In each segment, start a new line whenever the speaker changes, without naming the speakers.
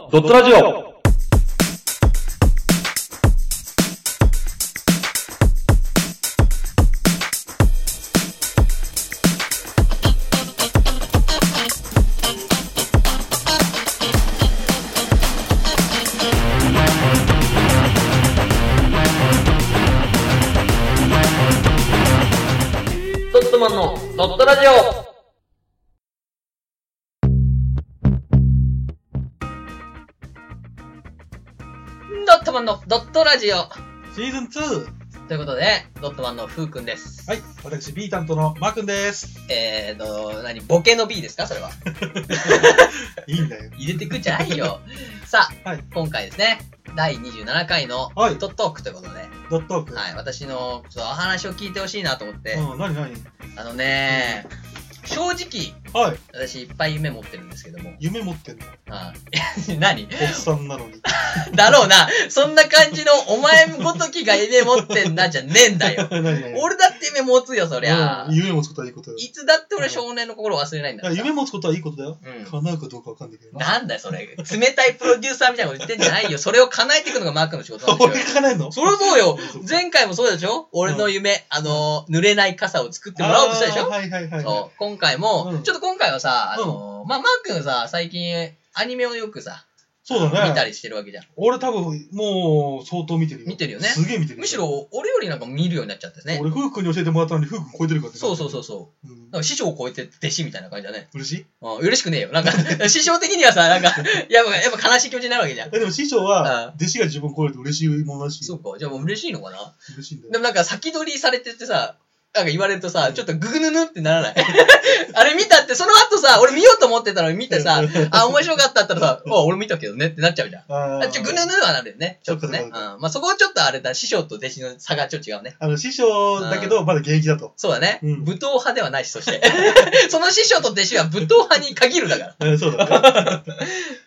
のドットラジオ
ドットマンのドットラジオドットマンのドットラジオ
シーズン 2!
ということで、ドットマンのふうくんです。
はい、私 B 担当のマー君です。
えーと、何ボケの B ですかそれは。
いいんだよ。
入れてくんじゃない よ。さあ、
はい
今回ですね、第27回のド
はい
ットトークということで、はい、
ドットーク。
私のちょっとお話を聞いてほしいなと思って、
うん、なになに
あのね、正直、
はい、
私いっぱい夢持ってるんですけども、
夢持ってんの
はい 何
おっさんなの に。
だろうな。そんな感じの、お前ごときが夢持ってんなじゃねえんだ よ。
何何
俺だって夢持つよ、そりゃ
うん。夢持つことはいいことよ。
いつだって俺少年の心を忘れないんだ
だ
か
からら
さ
夢持つことはいいことだよ。
うん。
叶うかどうかわかんないけどな。
なんだよ、それ。冷たいプロデューサーみたいなこと言ってんじゃないよ。それを叶えていくのがマークの仕事なんで
俺
す
が
よ。
叶えんの
そりゃそうよ
そっ。か
前回もそうでしょ俺の夢、あのー、濡れない傘を作ってもらおうとしたでし
あー
ょ
はいはいはい。
そう。今回
う
も
ん、
ちょっと今回はさ、あのー、まあ、マー君さ、最近、アニメをよくさ、
そう
見た
だね。
りしてるわけじゃん。
俺多分、もう、相当見てるよ。
見てるよね
すげえ見てるよ。
むし、ろ、俺よりなんか見るようになっちゃってね。
俺、フー君に教えてもらったのに、フー君超えてるからね
そうそうそうそう。
うん
な。んか師匠を超えて弟子みたいな感じだね。
嬉しい
うん、嬉しくねえよ。 なんか、師匠的にはさ、なんか、やっぱ、やっぱ悲しい気持ちになるわけじゃん。
えでも師匠
あ
は、弟子が自分を超えると嬉しいものらしい
そ
よ。
うか。じゃあもう嬉しいのかな
嬉しいんだよ
で。もなんか先取りされてってさ、なんか言われるとさ、ちょっとググヌヌってならない。 あれ見たって、その後さ、俺見ようと思ってたのに見てさ、あ、面白かったったらさ、あ、俺見たけどねってなっちゃうじゃん。
あ
あちょグヌヌはなるよね。ちょっとね。。
そううんかそう
まあそこはちょっとあれだ、師匠と弟子の差がちょっと違うね。
あの、師匠だけど、まだ現役だと。
そうだね。
うん
武闘派ではないし、そ して。その師匠と弟子は武闘派に限るだから。
えそ うだね。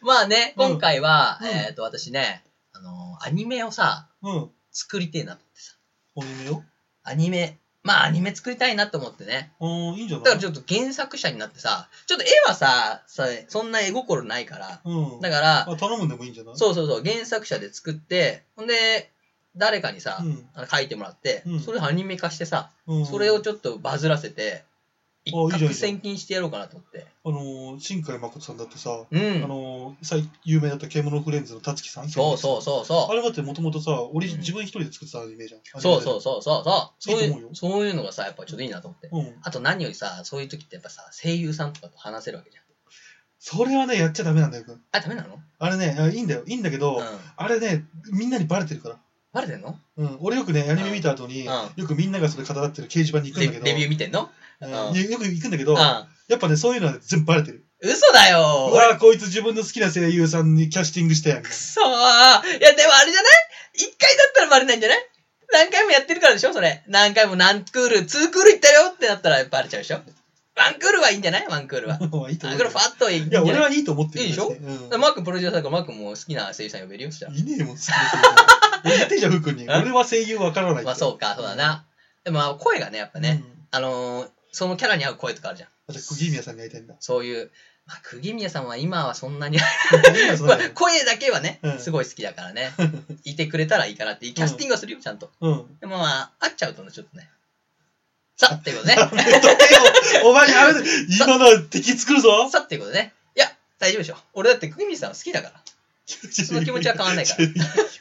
まあね、
うん
今回は、
うん
えっ、と、私ね、あのーアニメをさ、
うん。
作りてえなと思ってさ、
お夢よ。
アニメ、まあアニメ作りたいなと思ってね。
うん、いいんじゃ
だ
ない
からちょっと原作者になってさ、ちょっと絵はさ、さそんな絵心ないから、
うん。
だから、
あ、頼むんでもいいんじゃない
そうそうそう、原作者で作って、ほんで、誰かにさ、
うん
あの書いてもらって、
うん
それをアニメ化してさ、
うん。
それをちょっとバズらせて、一
あいいじゃんい
攫
いじゃん
千金してやろうかなと思って。
あのー、新海誠さんだってさ、
う
あ
ん。
のー、最有名だった獣フレンズのたつきさん。
そうそうそうそう
あ。れだってもともとさ、俺、
うん
自分一人で作ってたアニメじゃん。
そうそううそうそうそう。そう
いい
い
と思
う
うよ
そういうのがさ、やっぱちょっといいなと思って。
そう。うん。
あと何よりさ、そういう時ってやっぱさ、声優さんとかと話せるわけじゃん。
それはね、やっちゃダメなんだよ。
あ、ダメなの
あれね、あいいんだよ。いいんだけど、
うん。
あれね、みんなにバレてるから。
バレてんの
うん。俺よくね、アニメ見た後に、
うん
よくみんながそれ語ってる掲示板に行くん
レ
だけど、
レビュー見てんの
うん
うん
よく行くんだけ
う
ど、
ん。
やっぱね、そういうのは全部バレてる。
嘘だよ
うわこいつ自分の好きな声優さんにキャスティングしたやんみた
く
い
そーいや、でもあれじゃない一回だったらバレないんじゃない何回もやってるからでしょそれ。何回も何クール、ツークール行ったよってなったらバレちゃうでしょワンクールはいいんじゃないワンクールは。ワン
な。もういいと
ク
思
ー
う
ル
よ。
ファッといいん
い
じゃ
や、
ない
俺はいいと思ってる
いいでしょ
別にうん
マークプロデューサーだからマークも好きな声優さん呼べるよ、そしたら。
いねえもん、好きな声優俺言ってんじゃん、ふうくんに。
あ
俺は声優わからないって。
まあそうか、そうだな。でもまあ声がね、やっぱ
うん。
ね、あのーそのキャラに合う声とかあるじゃん。。
あ、じゃあ、釘宮さんに会いたいんだ
そういう、まあ、釘宮さんは今はそんなに、
釘宮さん
まあ
だよ。
声だけはね
う、ん
すごい好きだ からね、いてくれたらいいかなって、キャスティングはするよ、ちゃんと。
うん。
でもまあ、会っちゃうとね、ちょっとね。さあ、っていうこと ね。
やめとけよお前やめて今のは敵作るぞ
さあ、っていうことね。いや、大丈夫でしょ。俺だって釘宮さんは好きだから。
そ。
の気持ちは変わんないから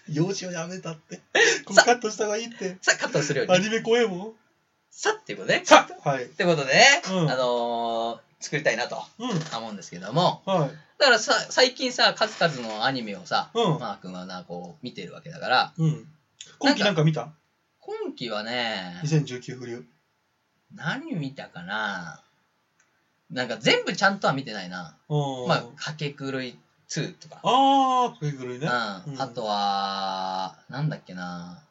用紙をやめたって。ここカットした方がいいって。
さあ、カットするよう
ア
に。
ニメ怖えもん。
さあ、っていうことね。
さはい。
ってことでね、
うん
あのー作りたいなと
うん。
思うんですけども。
はい。
だからさ、最近さ、数々のアニメをさ、
うん
マー君はな、こう、見てるわけだから、
うん。今期なんか見た
今期はね、
?2019 フリュ
何見たかななんか全部ちゃんとは見てないな。
ー。うん。
まあ、かけ狂い2とか。
あー、くいぐるいね。あ
うん。
うん
あとは、なんだっけな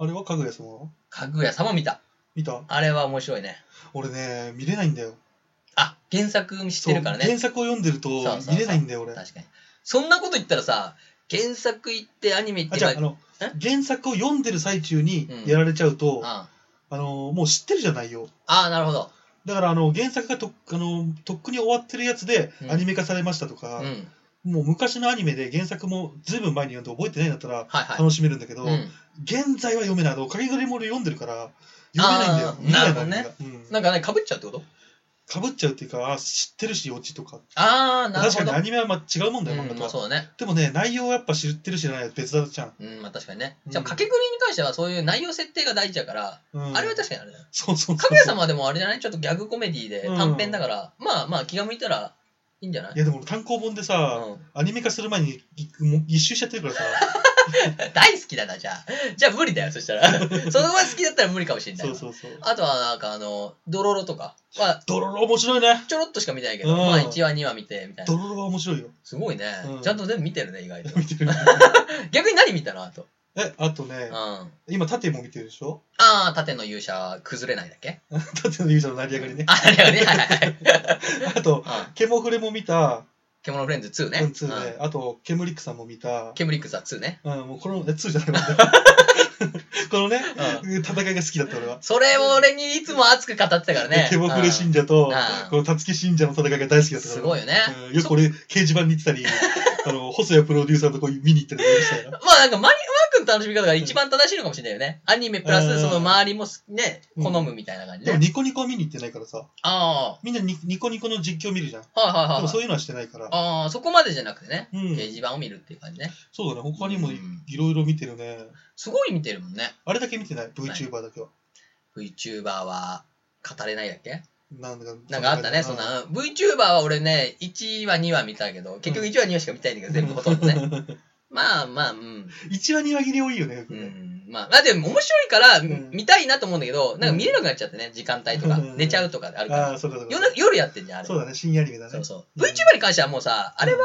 れはかぐや様は
かぐや様見た。
見た
あれは面白いね。
俺ね、見れないんだよ。
あ、原作知ってるから
そ
ね。
う原作を読んでると
そうそう
見れないんだよ、俺。あ、
確かに。そんなこと言ったらさ、原作行ってアニメ行って
じゃあ、あ
ま
の、原作を読んでる最中に
うん
やられちゃうと、あ
あ、
の、もう知ってるじゃないよ。
ああ、なるほど。
だから、あの、原作がとっあのとっくに終わってるやつで
うん
アニメ化されましたとか、
うん。
もう昔のアニメで原作もずいぶん前に読んで覚えてないんだったら
はいはい。
楽しめるんだけど、
うん。
現在は読めない。あのおかげどれも俺読んでるから、読めないんだよ
あ。ー
見ないの
なる
うん
なんかね、被っちゃうってこと
かぶっちゃうっていうか、あ知ってるし、オチとか。
あー、なる
確か
ほ
に
ど。
アニメはま違うもんだよ、漫
うん、
画と
まあ
は。
そうだね。
でもね、内容はやっぱ知ってるし知らないは別だじゃん。
うん、まあ確かにね。
うん
じゃあ、掛け繰りに関してはそういう内容設定が大事だから、
うん
あれは確かにあれだよ。
そうそうそう。
かぐや様はでもあれじゃないちょっとギャグコメディで
うん
短編だから、まあまあ気が向いたらいいんじゃない
いやでも俺単行本でさ、
うん
アニメ化する前に一もう一周しちゃってるからさ、
大好きだな、じゃあ。じゃあ無理だよ、そ したら。そのまま好きだったら無理かもしれない
そう
わ。
そうそう。
あとはなんかあの、ドロロとかは
ドロロ面白いね。
ちょろっとしか見てないけど、
うん
まあ1話2話見てみたい
ド
な。
ロロは面白いよ。
すごいね
う。ん
ちゃんと全部見てるね、意外と。
見てる。
逆に何見たのあと。
え、あと
う
ね
ん。、あ
今縦も見てるでしょ
あー、縦の勇者崩れないだっけ
縦の勇者の成り上がりね。
あれはね、はいはい
あと、
はい。うん
ケモフレも見た、
獣フレンズ2ね。
うん、ツ
うん
ーね。あと、ケムリックさんも見た、
ケムリックザ2ね。
うん、もうこの、え、ツーじゃな いわ。このね、戦いが好きだった俺は。
それを俺にいつも熱く語ってたからね。
ケモフレ信者と
う、ん
このたつき信者の戦いが大好きだったか
す
ら。
ごいよね。
うんよく俺、掲示板に行ってた り、あの、細谷プロデューサーのとこ見に行ったりとかしたよ。
まあなんかマリマー君の楽しみ方が一番正しいのかもしれないよね。アニメプラ
う
ス
ん
その周りもすね、
うん
好むみたいな感じ
でも
ね。
ニコニコは見に行ってないからさ、
あ
みんなニニコニコの実況見るじゃん。で
あ、はいはいはい
も
は
そう
い。
いうのはしてないから。
ああ、そこまでじゃなくてね。
う
掲
ん。
示板を見るっていう感じね。
そうだね、他にも
う
い
ん
いろいろ見てるね。
すごい見てるもんね。
あれだけ見てない、VTuber だけは。
VTuber は語れないだっけ
なんか
なんかあったね、そん。な。VTuber は俺ね、1話2話見たけど、結局1話2話しか見たいんだけど、全部ほとんどね。 まあまあ、うん。
1話2話切れ多いよね、よく
う
ね。
んまあ、まあでも面白いから
ん
見たいなと思うんだけど、なんか見れなくなっちゃってね、時間帯とか
う、ん
寝ちゃうとかであるか
あ
ら。
あ、そうかそうか
夜な夜やってんじゃん、あれ。
そうだね、深夜アニメだね。
そうそうう。
ん
VTuber に関してはもうさ、あれは、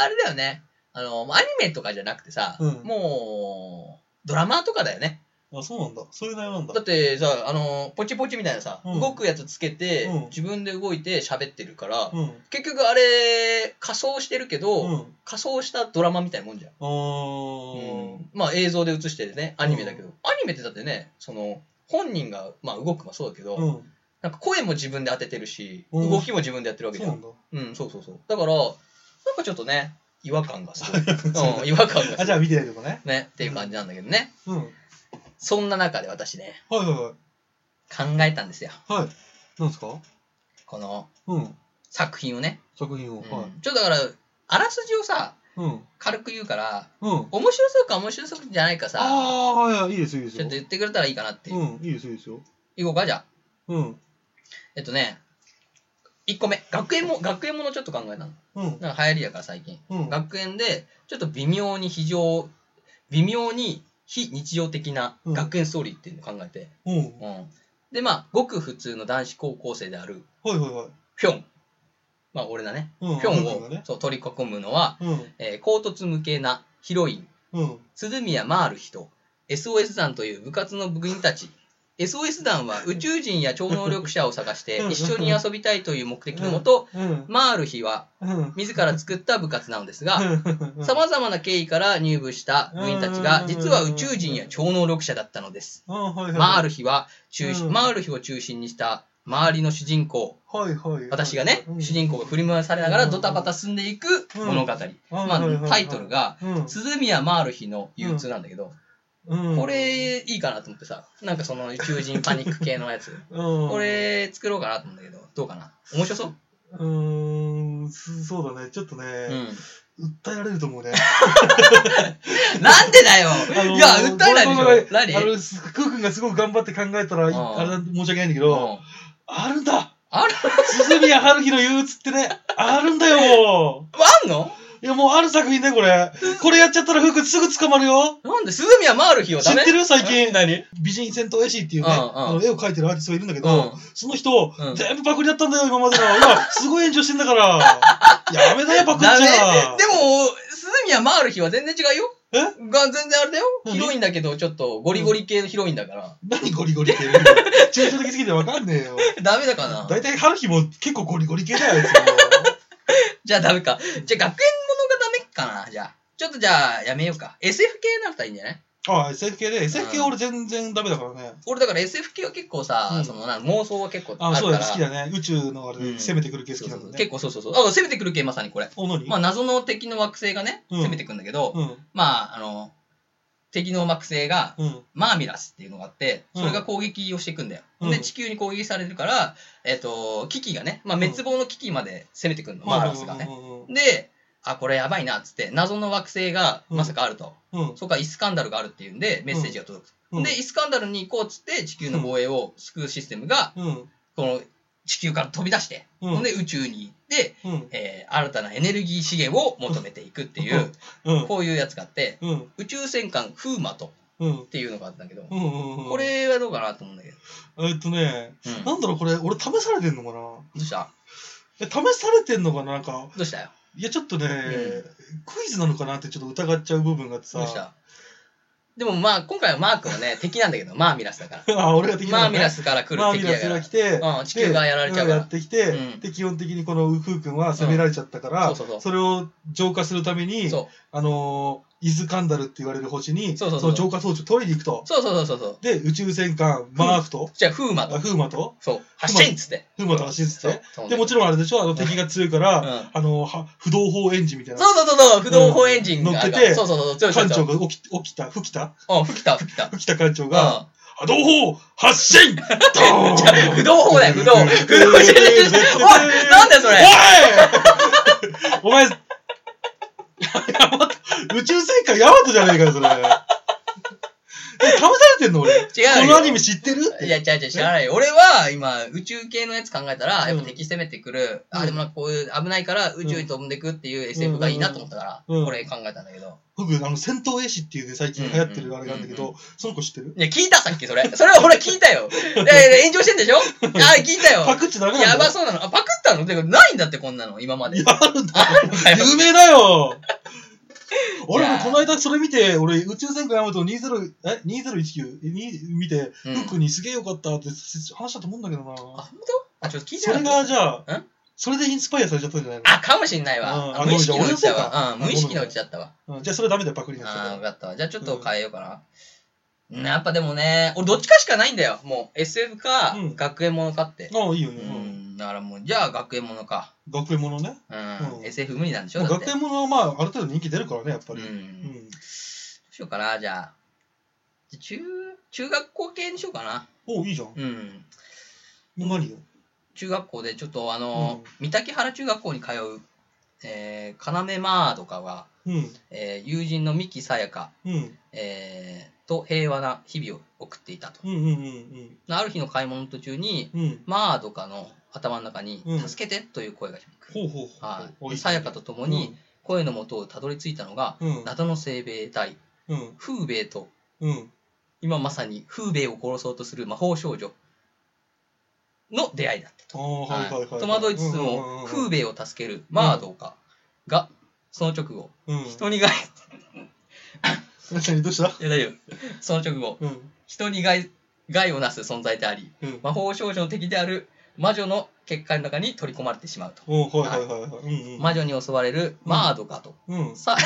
あれだよね。あの、もうアニメとかじゃなくてさ、
うん
もう、ドラマとかだよね。
あ、そうなんだ。そういう内容なんだ
だ。ってさ、あの、ポチポチみたいなさ、
うん
動くやつつけて、
うん
自分で動いて喋ってるから、
うん。
結局あれ、仮装してるけど、
うん。
仮装したドラマみたいなもんじゃん。
あー
うんまあ映像で映してるねアニメだけど、アニメってだってねその本人が、まあ、動くもそうだけど、
うん。
なんか声も自分で当ててるし、
うん
動きも自分でやってるわけ
そ
じゃ
うなん
ん
だ。
うんそうそうそうだからなんかちょっとね違和感がすごい、
そう
うん、違和感がす
あ、じ
ご
ゃ
い
あ見てないとこね。
ねっていう感じなんだけどね
うん。はい
そんな中で私ね
はいは
考えたんですよ
い。はい。なんですか
この
うん。
作品をね、
作品を。
うん
はい。
ちょっとだからあらすじをさ
うん。
軽く言うから
うん。
面白そうか面白そうじゃないか
あ
さ
あ、はいはい。いいですよ、いいです
ちょっ
よ
と。言ってくれたらいいかなっていう、
うん。いいですよ、いいですよ。
いこうかじゃあ
うん。
えっとね、1個目、学園も、学園ものちょっと考えたの。
うん。
なんか流行りだから最近。
うん。
学園で、ちょっと微妙に非常、微妙に非日常的な
うん
学園ストーリーっていうのを考えて。
うん。
うん。で、まあ、ごく普通の男子高校生である、
はいはいはい。
ピョン。まあ、俺だね。
うん。
ピョン
なん
を、
かね
そう取り囲むのは、
うん。
えー、高突無形なヒロイン、
うん。
鈴宮マール人、SOS 団という部活の部員たち。SOS 団は宇宙人や超能力者を探して
うん
一緒に遊びたいという目的のもと、
うん。
マールヒは
うん。
自ら作った部活なのですが、
うん
様々な経緯から入部した部員たちが、実は宇宙人や超能力者だったのです。
うんはいはいはい。
マールヒは中心、
うん
マールヒを中心にした周りの主人公、
はいはい。
私がね、
うん
主人公が振り回されながらドタバタ進んでいく物語。
はい
ま
はいはい
あ
は、い
タイトルが、
うん
鈴宮マールヒの憂鬱なんだけど、
うん
こ、れいいかなと思ってさ、なんかその宇宙人パニック系のやつ、こ
こ、
れ作ろうかなと思うんだけど、どうかな面白そう
うーん、すそうだね、ちょっとね、
うん。
訴えられると思うね。
なんでだよ、いや、訴え
ごめ
なんい
ごめ
でし
ん
ょ何
あの、すくーくんがすごく頑張って考えたら、
ん
あれだ申し訳ないんだ
う
けど、
ん
あるんだ
ある、
鈴宮春日の憂鬱ってね、 あるんだよ
あんの
いや、もうある作品だよ、これ。これやっちゃったら、ふーくんすぐ捕まるよ
なんで鈴宮回る日は
知
ダメ
ってる最近。
何うん。
美人戦闘絵師っていうね、
うんうん
あの絵を描いてるアーティストがいるんだけど、
うん
その人、
うん
全部パクリだったんだよ、今までの。今、すごい炎上してんだから。やめだよ、パクっち
ダメ
ゃ。
でも、鈴宮回る日は全然違うよ。
え
が全然あれだよ。
何
ヒロインだけど、ちょっとゴリゴリ系のヒロインだから。
何ゴリゴリ系抽象的すぎてわかんねえよ。
ダメだかな
大体、春日も結構ゴリゴリ系だよ、あいつ
じゃあダメか。じゃあ学園ものがダメかなじゃあ。ちょっとじゃあやめようか。SF 系になったらいいんじゃない
あ、SF 系で、SF 系
うん
俺全然ダメだからね。
俺だから SF 系は結構さ、
うん
そのなんか妄想は結構あ
あ、
る
そ
か
うだ
ら
ね、好きだね。宇宙のあれ
うん
で攻めてくる系好きな
そうんそう
だ
結
ね。
構そうそうそうあ攻めてくる系まさにこれ、
おのに
まあ、謎の敵の惑星がね、
うん
攻めてくるんだけど、
うん。
まああの敵の惑星が
うん。
マーミラスっていうのがあって
うん
それが攻撃をしていくんだよ、
うん
で地球に攻撃されるから、えっと危機がね、まあ、
うん
滅亡の危機まで攻めてくるの、マーミラスがね、
うん
であこれやばいなっつって謎の惑星が
うん
まさかあると、
うんうん。
そこからイスカンダルがあるっていうんでメッセージが届く、
うん
で、イスカンダルに行こうっつって地球の防衛を救うシステムが、
うん。
この地球から飛び出して、
うん
ほんで宇宙に行って、
うん。
えー新たなエネルギー資源を求めていくっていう、
うん。
こういうやつがあって、
うん。
宇宙戦艦フーマト
うん。
っていうのがあったんだけど、
うんうんうん。
こ、れはどうかなと思うんだけど。
えっとね、
うん
なんだろう、これ、俺試されてんのかな
どうした
え、試されてんのかななんか、
どうしたよ
いや、ちょっとね、
ん
クイズなのかなってちょっと疑っちゃう部分があってさ。
どうしたでもまあ、今回はマークはね、敵なんだけど、マーミラスだから。
あ、俺が敵な
マー
の
ミラスから来
マ
る
ーミ
敵
ラ
だ
ス
か
が
ら
来。て、
うん、地球がやられちゃうか
や
ら
っ。てきて、
うん
で基本的にこのウフー君は攻められちゃったから、
うんそうそうそう
れを浄化するために、
そ
あのーイズカンダルって言われる星に、
そうそうそう
の浄化装置を取りに行くと
う。。そうそうそうそうそう。
で、宇宙戦艦マーフと、
じゃあ、フーマ
あ
と。
フーマと、
そう。発進っつって。
フーマと走っつ
そ
って
う。。そう
で、もちろんあれでしょ、あの敵が強いから、
うん
あのーは不動砲エンジンみたいな。
そうそうそうそう、不動砲エンジンがあるから、
乗ってて
そうそうそう、強い強い
艦
強
長
い。
が起き起きた、吹きた、
うん、吹きた、吹きた。
吹きた艦長が、
う
波動砲発進ドー ン
ん。不動砲だよ、不 動。不動じゃねえ。おい、なんだよそれ。
おいお前、宇宙戦艦ヤマトじゃねえかよ、それ。試されてんの俺。
違うよ
このアニメ知ってるって。
いや、違う違う、知らないよ。俺は、今、宇宙系のやつ考えたら、やっぱ敵攻めてくる。
うん
あ、でもなんかこういう、危ないから宇宙に飛んでくっていう SF がいいなと思ったから、
うん
これ考えたんだけど。
僕、あの、戦闘絵師っていうね、最近流行ってるあれなんだけ
うんうん
ど、その子知ってる
いや、聞いたさっきそれ。それは俺聞いた よ。いやいや炎上してんでしょあ、聞いたよ。
パクっちゃダメなんだよ
やばそうなの。あ、パクったのでもないんだって、こんなの、今まで。
やるんだ。
あるのかよ。
有名だよ俺
いや
も
ー
この間それ見て、俺、宇宙戦艦ヤマト20、え ?2019 に見て、
うん
フックにすげえよかったって話したと思うんだけどな。
あ、本当？あ、ちょっと聞いて
そ
な
れ
か
が
った。
じゃあ
ん、
それでインスパイアされちゃったんじゃないの
あ、かもしんない
うん
わ。
あ
無意識のうちだわ。
ご
う
め
ん、
ん
無
ごめん
意識のうちだったわ。
うんじゃあそれダメだよ、パクリになっち
ああ、
ゃ
分
った。
かったわ。じゃあちょっと変えようかな。うんやっぱでもね、俺どっちかしかないんだよ。もう SF か
うん
学園ものかって。
ああ、いいよ
う
ね。うん
ん、だからもう、じゃあ学園ものか。
学園ものね。
う、
うんん
SF 無理なんでしょ
まあ
だって
学。園ものはまあ、ある程度人気出るからね、やっぱ
う。
り。うん
ど
ん。
うしようかな、じゃあ。じゃあ中、中学校系にしようかな。
おいいじゃん。
うん。
何よ。
中学校でちょっとあの、
う
三滝原中学校に通う、えー、要マーとかが、
うん。
えー友人の三木さやか、
うん。
えーと平和な日々を送っていたと。
うんうんうん
ある日の買い物の途中に、
うん。うん。
マードカの頭の中に「
うん
助けて!」という声が響く。
ほうほう
は
ほう。
い、さやかと共に、声の元をたどり着いたのが、
うん。
謎の西米大
うん。
風米と
うん。
今まさに風米を殺そうとする魔法少女の出会いだった
ああ、はいはいはい。
戸惑いつつも風米を助けるマードカがその直後
うんうんうん。
人に害い
何どうした
や大丈夫その直後
うん。
人に害害をなす存在であり
うん。
魔法少女の敵である魔女の結界の中に取り込まれてしまうと。
おうはいはいはいはい。うんうん。
魔女に襲われるマードカと、
うん。
さ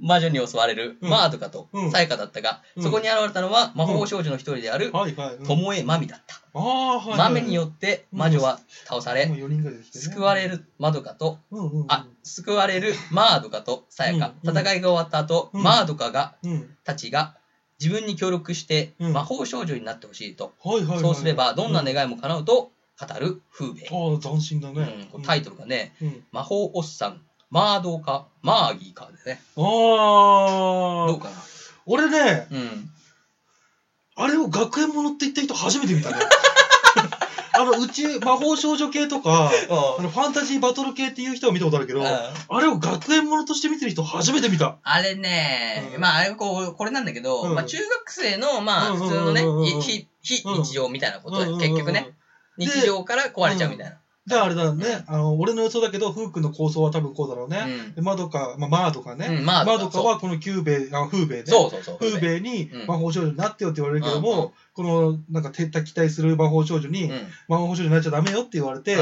魔女に襲われるマードカと
うん
サヤカだったが、
うん
そこに現れたのは魔法少女の一人である
はいはい。うん
巴エマミだった、
ああ、はいはい。
マミによって魔女は倒され、
もう四人ぐらいできてね
救われ。るマドカと
うんうんうん。
あ救われるマードカとサヤカ、
うん
戦いが終わった後、
うん
マードカが
うん。
たちが自分に協力して
うん
魔法少女になってほしいと、
はいはいはい。
そうすればどんな願いも叶うと語る風
あ
米、
あ、斬新だ
うん
ね。
これタイトルがね、
うん。
魔法おっさん、マードーか、マーギーかでね。
あ
どう
あ、
かな。
俺ね、
うん。
あれを学園ものって言った人初めて 見たね。あの、宇宙、魔法少女系とか、あの、ファンタジーバトル系っていう人は見たことあるけど、あれを学園ものとして見てる人初めて見た。
あれね、
うん
まあ、あれこう、これなんだけど、
うん
まあ、中学生の、まあ、
うん
普通のね、
うん
い非、非日常みたいなことで、
うん
結局ね、。
うん
日常から壊れちゃうみたいな。
で、あれだね、あの、俺の予想だけど、フー君の構想は多分こうだろうね。
う
でマドカ、まあ、マードカ
ん。
ね。
うん、マー
マ
ド
ド
ー
カはこのキューベイ、あの、フーベイね。
そうそうそう。
フー
イ。
ベイに
うん
魔法少女になってよって言われるけ
う
ど
んう
も、このなんか敵対する魔法少女
う
に
ん。うん
魔法少女になっちゃダメよって言われて、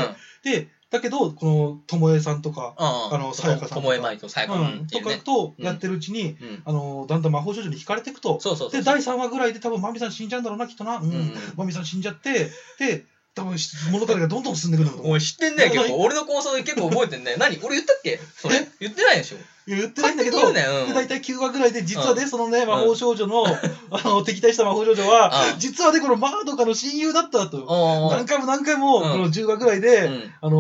で、だけど、この、ともえさんとか、
あ
あのさやかさんと
と
か
もえまいとさやか
う
さんっ
ん、
て
と
いう
か
ね。
とやってるうちに、
うん。
あの、だんだん魔法少女に惹かれていくと、
そうそうそう。
で、第3話ぐらいで多分マミさん死んじゃうんだろうな、きっとな。う
うんん。
マミさん死んじゃって、で、多分し物語がどんどん進んでいくんだと
お
思う。
前知ってんね結構。俺の構想結構覚えてんね。何俺言ったっけそれ
え。
言ってないでしょ。
いや言ってないんだけど、
勝手
で
に言うねうん
大体9話ぐらいで、実はね、そのね、
ん
魔法少女の、 あの、敵対した魔法少女は、
うん
実はね、このマードカの親友だったと。
お
何回も何回
う
も、
ん
この10話ぐらいで、
うん
あの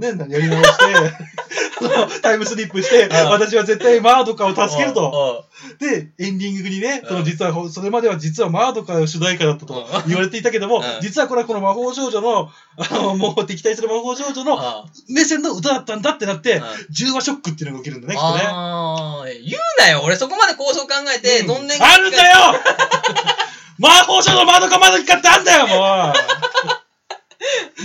ーね、やり 直して、あのタイムスリップして、
うん
私は絶対マードカを助けると。
と。
で、エンディングにね、
うん
その実は、それまでは実はマードカが主題歌だったと
う
言われていたけども、
うん
実はこれはこの魔法少女の、あの、もう敵対する魔法少女の
あ
目線の歌だったんだってなって
あ、
10話ショックっていうのが起きるんだね、きっとね。
あー言うなよ。俺そこまで構想考えて、
うん
どんねん
あるんだよ 魔法少女マドカマドキかってあんだよ、もうあ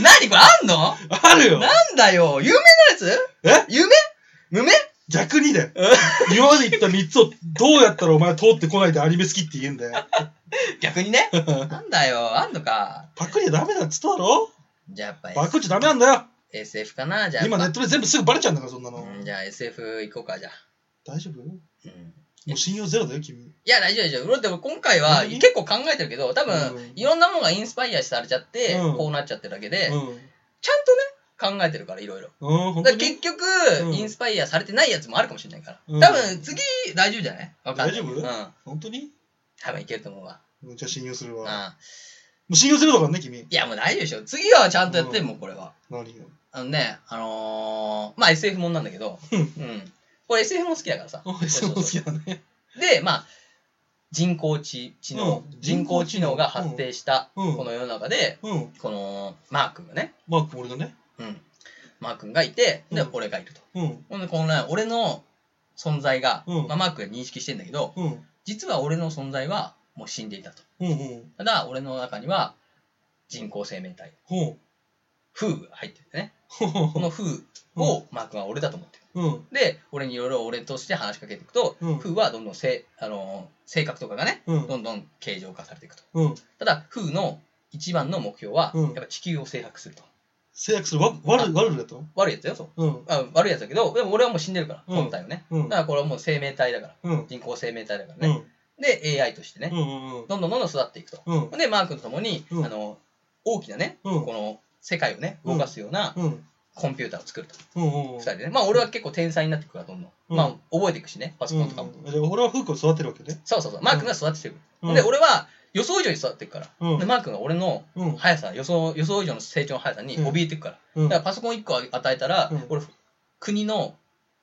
何これあんの
るよ
なんだよ。有名なやつ
え
夢無名
逆にだよ今まで言った3つをどうやったらお前は通ってこないでアニメ好きって言うん だよ。
逆にね。なんだよ。あんのか。
パクリはダメだっつっただろ
じゃあやっぱ
パクっちゃダメなんだよ
SF かなじゃあやっ
今
ぱ。
ネットで全部すぐバレちゃうんだから、そんなの。
うんじゃあ SF 行こうか、じゃあ。
大丈夫も
うん
う信用ゼロだよ、君。
いや、大丈夫、大丈夫。でも今回は
本当に
結構考えてるけど、多分、
うん
いろんなものがインスパイアされちゃって、
うん
こうなっちゃってるだけで、
う
ちゃん
ん。
とね、考えてるから、いろいろ。
うん、本
だ
当
から
に
結局、
うん
インスパイアされてないやつもあるかもしれないから。
うん
多分、次、大丈夫じゃないわかんない。
大丈夫
うん。多
本当に
分いけると思うわ。
うんじゃあ信用する
うん。
わ。もう信用ゼロだからね、君。
いや、もう大丈夫でしょ。次はちゃんとやって、
うん
もうこれは。
何よ。
あのね、あのー、まあ SF もんなんだけど、
うん
うん。これ SF も好きだから さ。
お前、そう好きだね。
で、まあ、人工知知能、
うん
人工知能が発展した、
うん
この世の中で、
うん。
このマー君がね、
マークも俺だね。
うん、マー君がいて、で
うん
俺がいると。
うん。
ほんで、このね、俺の存在が、
うん
まあ、マー君が認識してんだけど、
うん。
実は俺の存在はもう死んでいたと。
うん。うん。
ただ、俺の中には人工生命体、
ほう。
風が入ってるね。
ほうほう
こ
ほう
の風をマー君は俺だと思ってる。
うん。
で、俺にいろいろ俺として話しかけていくと、
うん
風はどんどんせいあのー性格とかがね、
うん。
どんどん形状化されていくと。
うん。
ただ、風の一番の目標は、
うん
やっぱ地球を制覇すると。
制約する。わ、わる、わるだと
悪いやつだよ、そう。
うん。
あ悪いやつだけど、でも俺はもう死んでるから、
うん
本体はね。
うん
だか。らこれはもう生命体だから、
うん。
人工生命体だから
う
ね。
ん。
で、AI として
う
ね、
ん。うん。
どんどんどんどん育っていくと。
うん。
で、マー君と共に、
うん
あの、大きなね、
うん
この世界をね、動かすような
うん。うん。
コンピューターを作ると。
うん。うん。
二人でね。まあ俺は結構天才になっていくから、どんどん。
うん
まあ覚えていくしね、パソコンとかも。
うん。じゃあ俺はフークを育てるわけね。
そうそうそう、マー君が育てていく
う
る。
ん
で、俺は予想以上に育っていくから。
うん
で、マー君が俺の
うん。
速さ、予想予想以上の成長の速さに怯えていくから。
うん。
だからパソコン1個与えたら、
うん
俺国の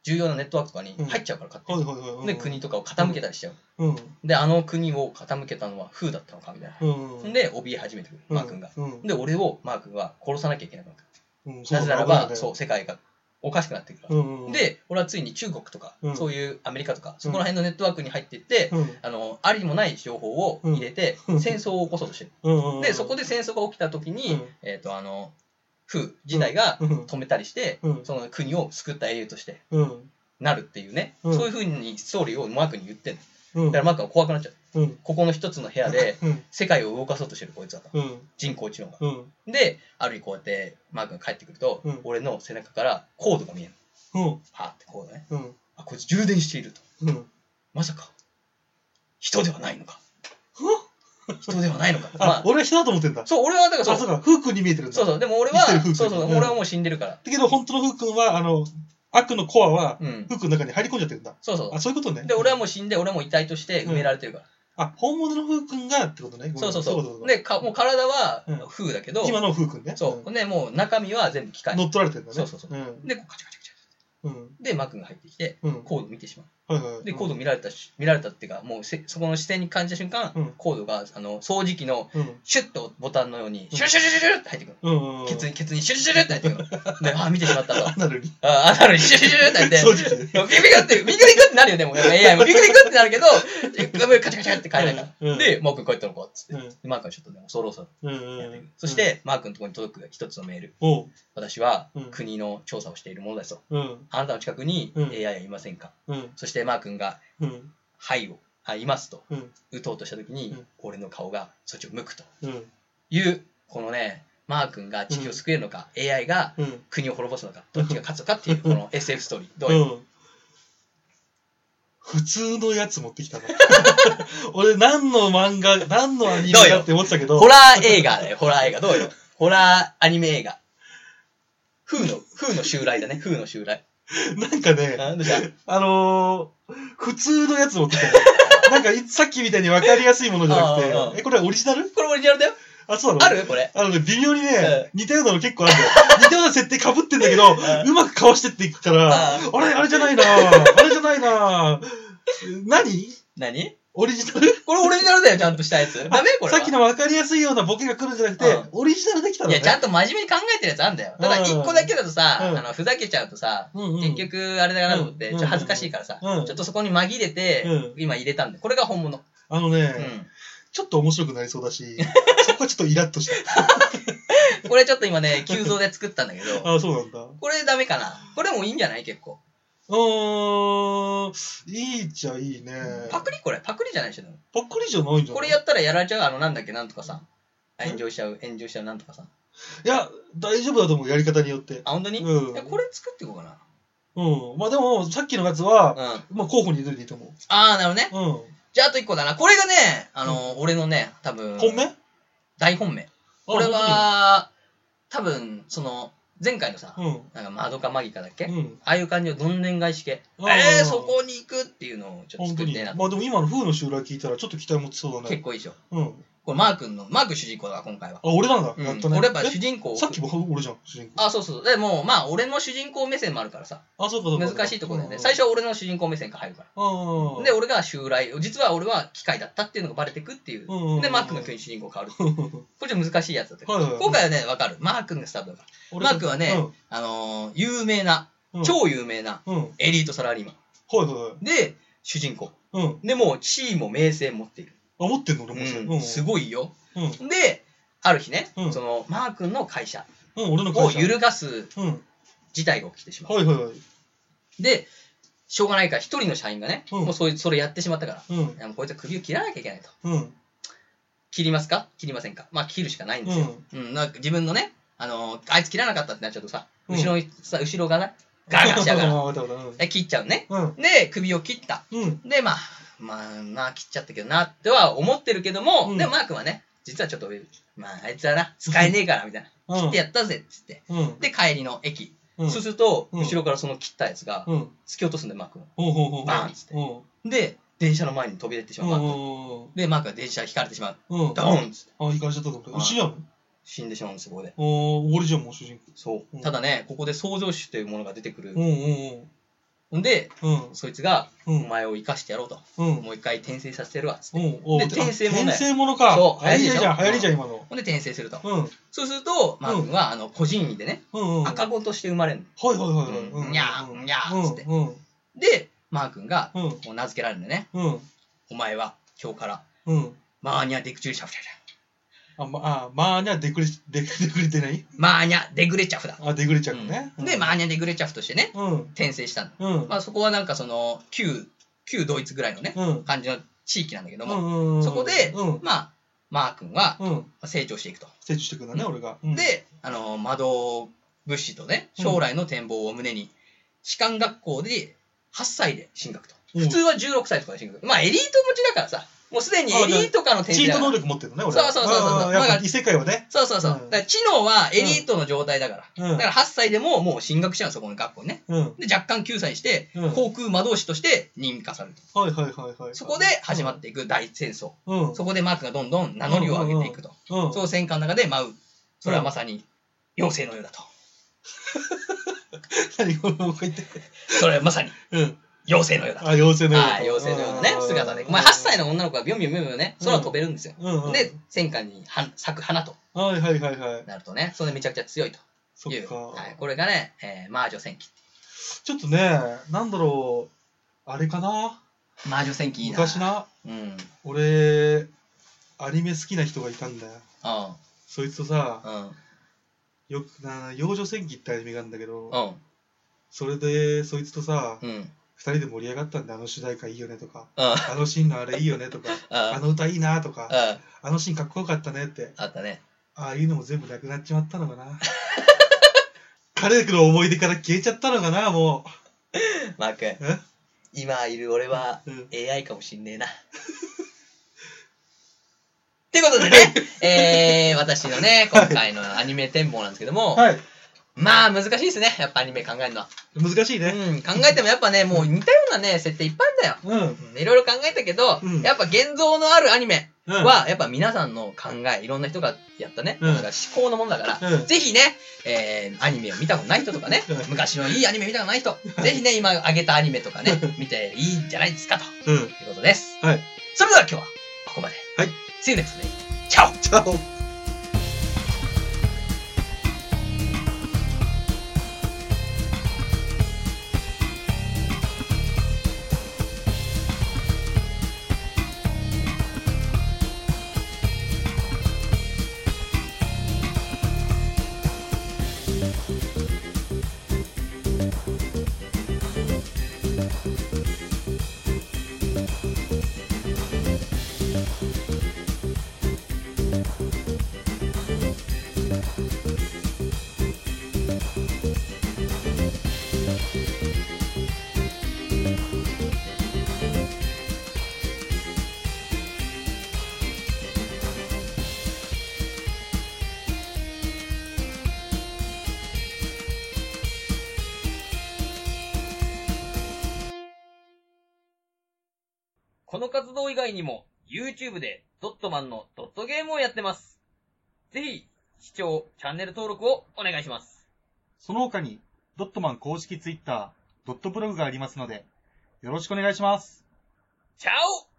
重要なネットワークとかに入っちゃうから勝手
はい
に、
はいはい。うん
で国。とかを傾けたりしちゃう、
うん。
であの国を傾けたのは風だったのかみたいな、
うん。うん、
で怯え始めてくるマー君が、
うん。
で俺をマー君は殺さなきゃいけなくなってく
う
る
ん。
なぜならばそう世界がおかしくなってくるか
う
ら、
ん。うん。、
で俺はついに中国とか、
うん
そういうアメリカとかそこら辺のネットワークに入っていって、
うん。
あのありもない情報を入れて、
うん
戦争を起こそうとしてる、
うん。
でそこで戦争が起きた時に、
うん
えっ、とあの風自体が
うん。
止めたりして、
うん
その国を救った英雄として
うん。
なるっていうね、
うん
そういうふうにストーリーをマークに言ってんの
うん。
だからマークは怖くなっちゃう
うん。
ここの一つの部屋で
うん。
世界を動かそうとしてるこいつだと
うん。
人工知能が
うん。
である日こうやってマークが帰ってくると、
うん
俺の背中からコードが見える
うん。
パーってコードね
うん。
あこいつ充電していると
うん。
まさか人ではないのか
ふ
人ではないの かま
あ
あ、
俺は人だと思ってんだ。
そう俺はだからそ
あ、
う
そ
そうう
か。フークに見えてるんだ。
そう
だ
でも俺は
生きてる風景
そうそう
うん
俺はもう死んでるから
けど、本当のフー君は、あの、悪のコアは、
うん
フー君の中に入り込んじゃってるんだ。
そうそ
あ、そういうことね
う。で俺はもう死んで俺はもう遺体として埋められてるから
あ、本物のフー君がってことね。ごめん
そうそうそう。
い
で、かもう体は
うん
風だけ
こ
ど
と、今のフー君ね。
そ
ん
う。ね、もう中身は全部機械。
乗っ取られてるんだね。
そうそうそう
うん。
で、こうカチャカチャカチ
うん。
ャ。で、マー君が入ってきて、
うん。
コード見てしま。
はいはいう
で、コード見られたし、見られたっていうか、もうせそこの視線に感じた瞬間
うん、
コードが、あの、掃除機の、
うん。うん
シュッとボタンのように、シュルシュルシュルシュルって入ってくる。
うん。うん。
ケツに、ケツにシュルシュルって入ってくる。で、あー、見てしまったと。
アナルに。
あ、あなのにシュルシュルって入って、
正 直ね
ビクビクって、ビクビクってなるよね、もう。AI もビクビクってなるけど、カチャカチャって変えないか
うんう
ら。
ん
で、マー君帰ったのかっつって。
うん。
でマー君ちょっとね、恐ろそろ。
うん。
やっ
う
ていく
ん
そし、て、マー君のところに届く一つのメール。
おう。
私は
うん
国の調査をしているものですと。
うん。
あなたの近くに
うん
AI はいませんか、
うん。
そしてマー君が、
うん。
はいを、あいますと、
うん。
打とうとしたときに、
うん
俺の顔がそっちを向くと
うん。
いう、このね、マー君が地球を救えるのか、AI が
うん。
国を滅ぼすのか、どっちが勝つのかっていう、この SF ストーリー。どう
う。
いうん
普通のやつ持っ てきたな。俺、何の漫画、何のアニメだって思ってたけど、
ホラー映画だよ、ホラー映画。どうよ。ホラーアニメ映画。風の、風の襲来だね、風の襲来。
なんかね、
あどうした
あのー、普通のやつ持ってきた。なんかい、 さっきみたいに分かりやすいものじゃなく
あーあーあー
て、え、これオリジナル
これオリジナルだよ。
あ、そうなの
あるこれ。
あのね、微妙に
え
ね、似たようなの結構ある んだよ。似たような設定被ってんだけど、
ん
うまくかわしてっていくから、あ
う
れ、あれじゃ ないなあれじゃないな何
何
オリジナル
これオリジナルだよ、ちゃんとしたやつ。ダメこれは。
さっきの分かりやすいようなボケが来るんじゃなくて、
うん
オリジナルできたの
い
ね。
や、ちゃんと真面目に考えてるやつあんだよ。ただ、
うん
一個だけだとさ、
うん
あのふざけちゃうとさ、
うんうん
結局、あれだなと思って、
う
ち
ん
ょっと恥ずかしいからさ、
うん
ちょっとそこに紛れて、
うん
今入れたんで、これが本物。
あの
う
ね、
ん。
ちょっと面白くなりそう だし、そこはちょっとイラッとした。
これちょっと今ね、急増で作ったんだけど、
ああ、そうなんだ。
これダメかな。これもいいんじゃない結構。
うーん、いいっちゃいいね。
パクリこれ。パクリじゃないでしょ。でも
パクリじゃないんじゃない
これやったらやられちゃう、あの、なんだっけ、なんとかさん。あ炎上しちゃう、炎上しちゃう、なんとかさん。
いや、大丈夫だと思う、やり方によって。
あ、本当に、
うん
えこれ作っていこうかな。
うん。まあでも、さっきのやつは、
うん。
まあ候補に入れといていいと思う。
あー、なるほどね。
う
じゃあ、あと一個だな。これがね、あの、俺のね、多分。
ん。本命
大本命。これ、は、多分、その、前回のさ、
本
な
命
んか、マドカマギカだっけ、
うん。
あ
うん。
あいう感じのどんでん返し系。
あー
えー、そこに行くっていうのをちょっと
本
作
当
り
に
たいな。と。
まあでも今の風の襲来聞いたらちょっと期待持ちそうだ
結
ね。
構いいでしょ。
うん。あ、
これ、マー君の、マー君主人公だから、今回は。
俺なんだ。
うん、
やっとね。
俺やっぱ
え
主人公
さっきも俺じゃん、主人公。
あ、そうそう。でも、まあ、俺の主人公目線もあるからさ、
あ、そうかそうか。
難しいところだよね。最
初。
初は俺の主人公目線から入るから。
うん。
で、俺が襲来、実は俺は機械だったっていうのがバレてくっていう。
うんうんうん
で、マー君 が急に主人公変わる。こ
うん、
れちょっと難しいやつだったけど。
はいはいはい
今回はね、わかる。マー君がスタートだから。
俺
マー君はね、あのー有名な、
うん、
超有名な
うん。うん。はい
エリートサラリーマン。
はいはい。
で、主人公。
うん。あ、
で、もう地位も名声も持っている。
持ってんの俺もそれ。
うん、すごいよ。
うん。うん。
で、ある日ね、
うん
そのマー君の会社
うん、俺の
を
会社。
揺るがす
うん。はい
事態が起きてしまう。
はいはい。
で、しょうがないから、一人の社員がね、
うん
もうそういうそれやってしまったから
うん
い。や、もうこいつは首を切らなきゃいけないと。
うん。
切りますか切りませんかまあ、切るしかないん
う
ですよ。
ん。
うん、なんか自分のね、あのーあいつ切らなかったってなっちゃうとさ、
うん
後ろにさ、後ろがな、ガーガーしちゃうから
あ、わかったわかっ
で切っちゃうね。
た。うん。
で、首を切った。
うん。うん。
で、まあ、まあ、まあ、切っちゃったけどな、っては思ってるけども、
うん
でもマー君はね、実はちょっと、まあ、あいつはな、使えねえから、みたいな。
うん
切ってやったぜ、っつって。
うん。
で、帰りの駅。
うん。
そうすると、
うん
後ろからその切ったやつが、
うん。
突き落とすんだよ、マー君を。
ほうほうほう。
バーンっつって
うん。うん。
で、電車の前に飛び出てしまう、マー君。
う
で、マー君は電車に引かれてしまう。
ん。うん。
ドーンっつって。
あ、行かれちゃったと思った。
はい
牛やん。
死んでしまうんです、ここで。
あー終わりじゃん、もう主人公。
そうう。
ん
ただね、ここで創造主というものが出てくる
う。ん
んで、
うんうん。
そいつが、
う
お
ん。
前を生かしてやろうと。
うん。うん。
もう一回転生させてやるわ、つって。
うん。
で転生もね
転生ものか。
そう
流行りじゃん、
流
流
行
行
り
り
じ
じ
ゃ
ゃ
ん
ん、今の。
ほんで転生すると。
うん。うん
そうすると、マー君は、あの、孤児院でね、
うん。うん。
赤子として生まれるの。
はいはいはいはい。
うん
うん
にゃーにゃーっつって
うん。うん
で、マー君が、
うん。
こう名付けられるんだよね。
うん。
お前は、今日から、
うん。
マーニャ・デクチューシャフだ。
あ、まあ、まあにゃ、でくれ、でくれ、でくれてない
マーニャ・デグレチャフだ。
あ、でくれちゃうのね。
うんで、マーニャ・デグレチャフとしてね、
あ。うん。
転生したんだ。
うん。
まあ、そこはなんかその、旧、旧ドイツぐらいのね、
うん。
感じの地域なんだけども、
うんうん。
そこで
うん。
まあ、マー君は
うん。
成長していくと。
成長してくんだね、俺が。うん、
で、あの、窓物資とね、将来の展望を胸に、士官学校で8歳で進学と。
うん
普通は16歳とかで進学。まあ、エリート持ちだからさ、もうすでにエリートからの転
チ
生だ
ート
か
能
ら。
力持ってるのね、俺は。
そうそうそうそう
あーやっ
まあ
ぱ異世界はね。
そうそうそう。
うん
だから知能はエリートの状態だか
う
ら。だ
ん
から8歳でももう進学しちゃうのそこの学校にね。
うん。
で、若干9歳にして
うん、
航空魔導士として任化されると。
はいはいはいはい。
そこで始まっていく大戦争。
うん。
そこでマークがどんどん名乗りを上げていくと。
うん。
その戦艦の中で舞う。それはまさに妖精のようだと。
何これもう一回言って。
それはまさに
うん。
妖精のようだと。
あ、妖精のような。
はい、妖精のようなね、姿で。まあ、8歳の女の子がビョンビョンビョンビョンね、空を飛べるんですよ。
うんうん。
で、戦艦には咲く花と
はいはいはいはい。
なるとね、それでめちゃくちゃ強いと
そ
い
っ
う。
か。
はい、これがね、えー、魔女戦記。
ちょっとね、なんだろう、あれかな
魔女戦記いいな。
昔。な、
うん。
俺、アニメ好きな人がいたんだよ。
あ
そいつとさ、
あうん。
よくな、幼女戦記ってアニメがあるんだけど、
うん。
それで、そいつとさ、
うん。うん。
二人で盛り上がったんで、あの主題歌いいよねとか、
あ
あのシーンのあれいいよねとか、あ
あ
の歌いいなとか、
あ
あのシーンかっこよかったねって、
あったね。
ああいうのも全部なくなっちまったのか な。彼らの思い出から消えちゃったのかな、も
マー君
う。え
今いる俺は
うん
AI かもしん ねえな。ってことでね、えー、私のね、今回のアニメ展望なんですけども、
はい。
まあ難しいですね、やっぱアニメ考えるのは。
難しいうね。
ん、考えてもやっぱね、もう似たようなね、設定いっぱいあるんだよ。
うん。うん。
いろいろ考えたけど、
うん
やっぱ現像のあるアニメ
うん、
は、やっぱ皆さんの考え、いろんな人がやったね、
うん
だから思考のものだから、
うん
ぜひね、えーアニメを見たことない人とかね
う、ん
昔のいいアニメ見たことない人、ぜひね、今挙げたアニメとかね、見ていいんじゃないですかと
うん。
いうことです。
はい。
それでは今日はここまで。
はい。
See you next day. Ciao!
チャオ。
この活動以外にも、YouTube でドットマンのドットゲームをやってます。ぜひ、視聴、チャンネル登録をお願いします。
その他に、ドットマン公式ツイッター、ドットブログがありますので、よろしくお願いします。
チャオ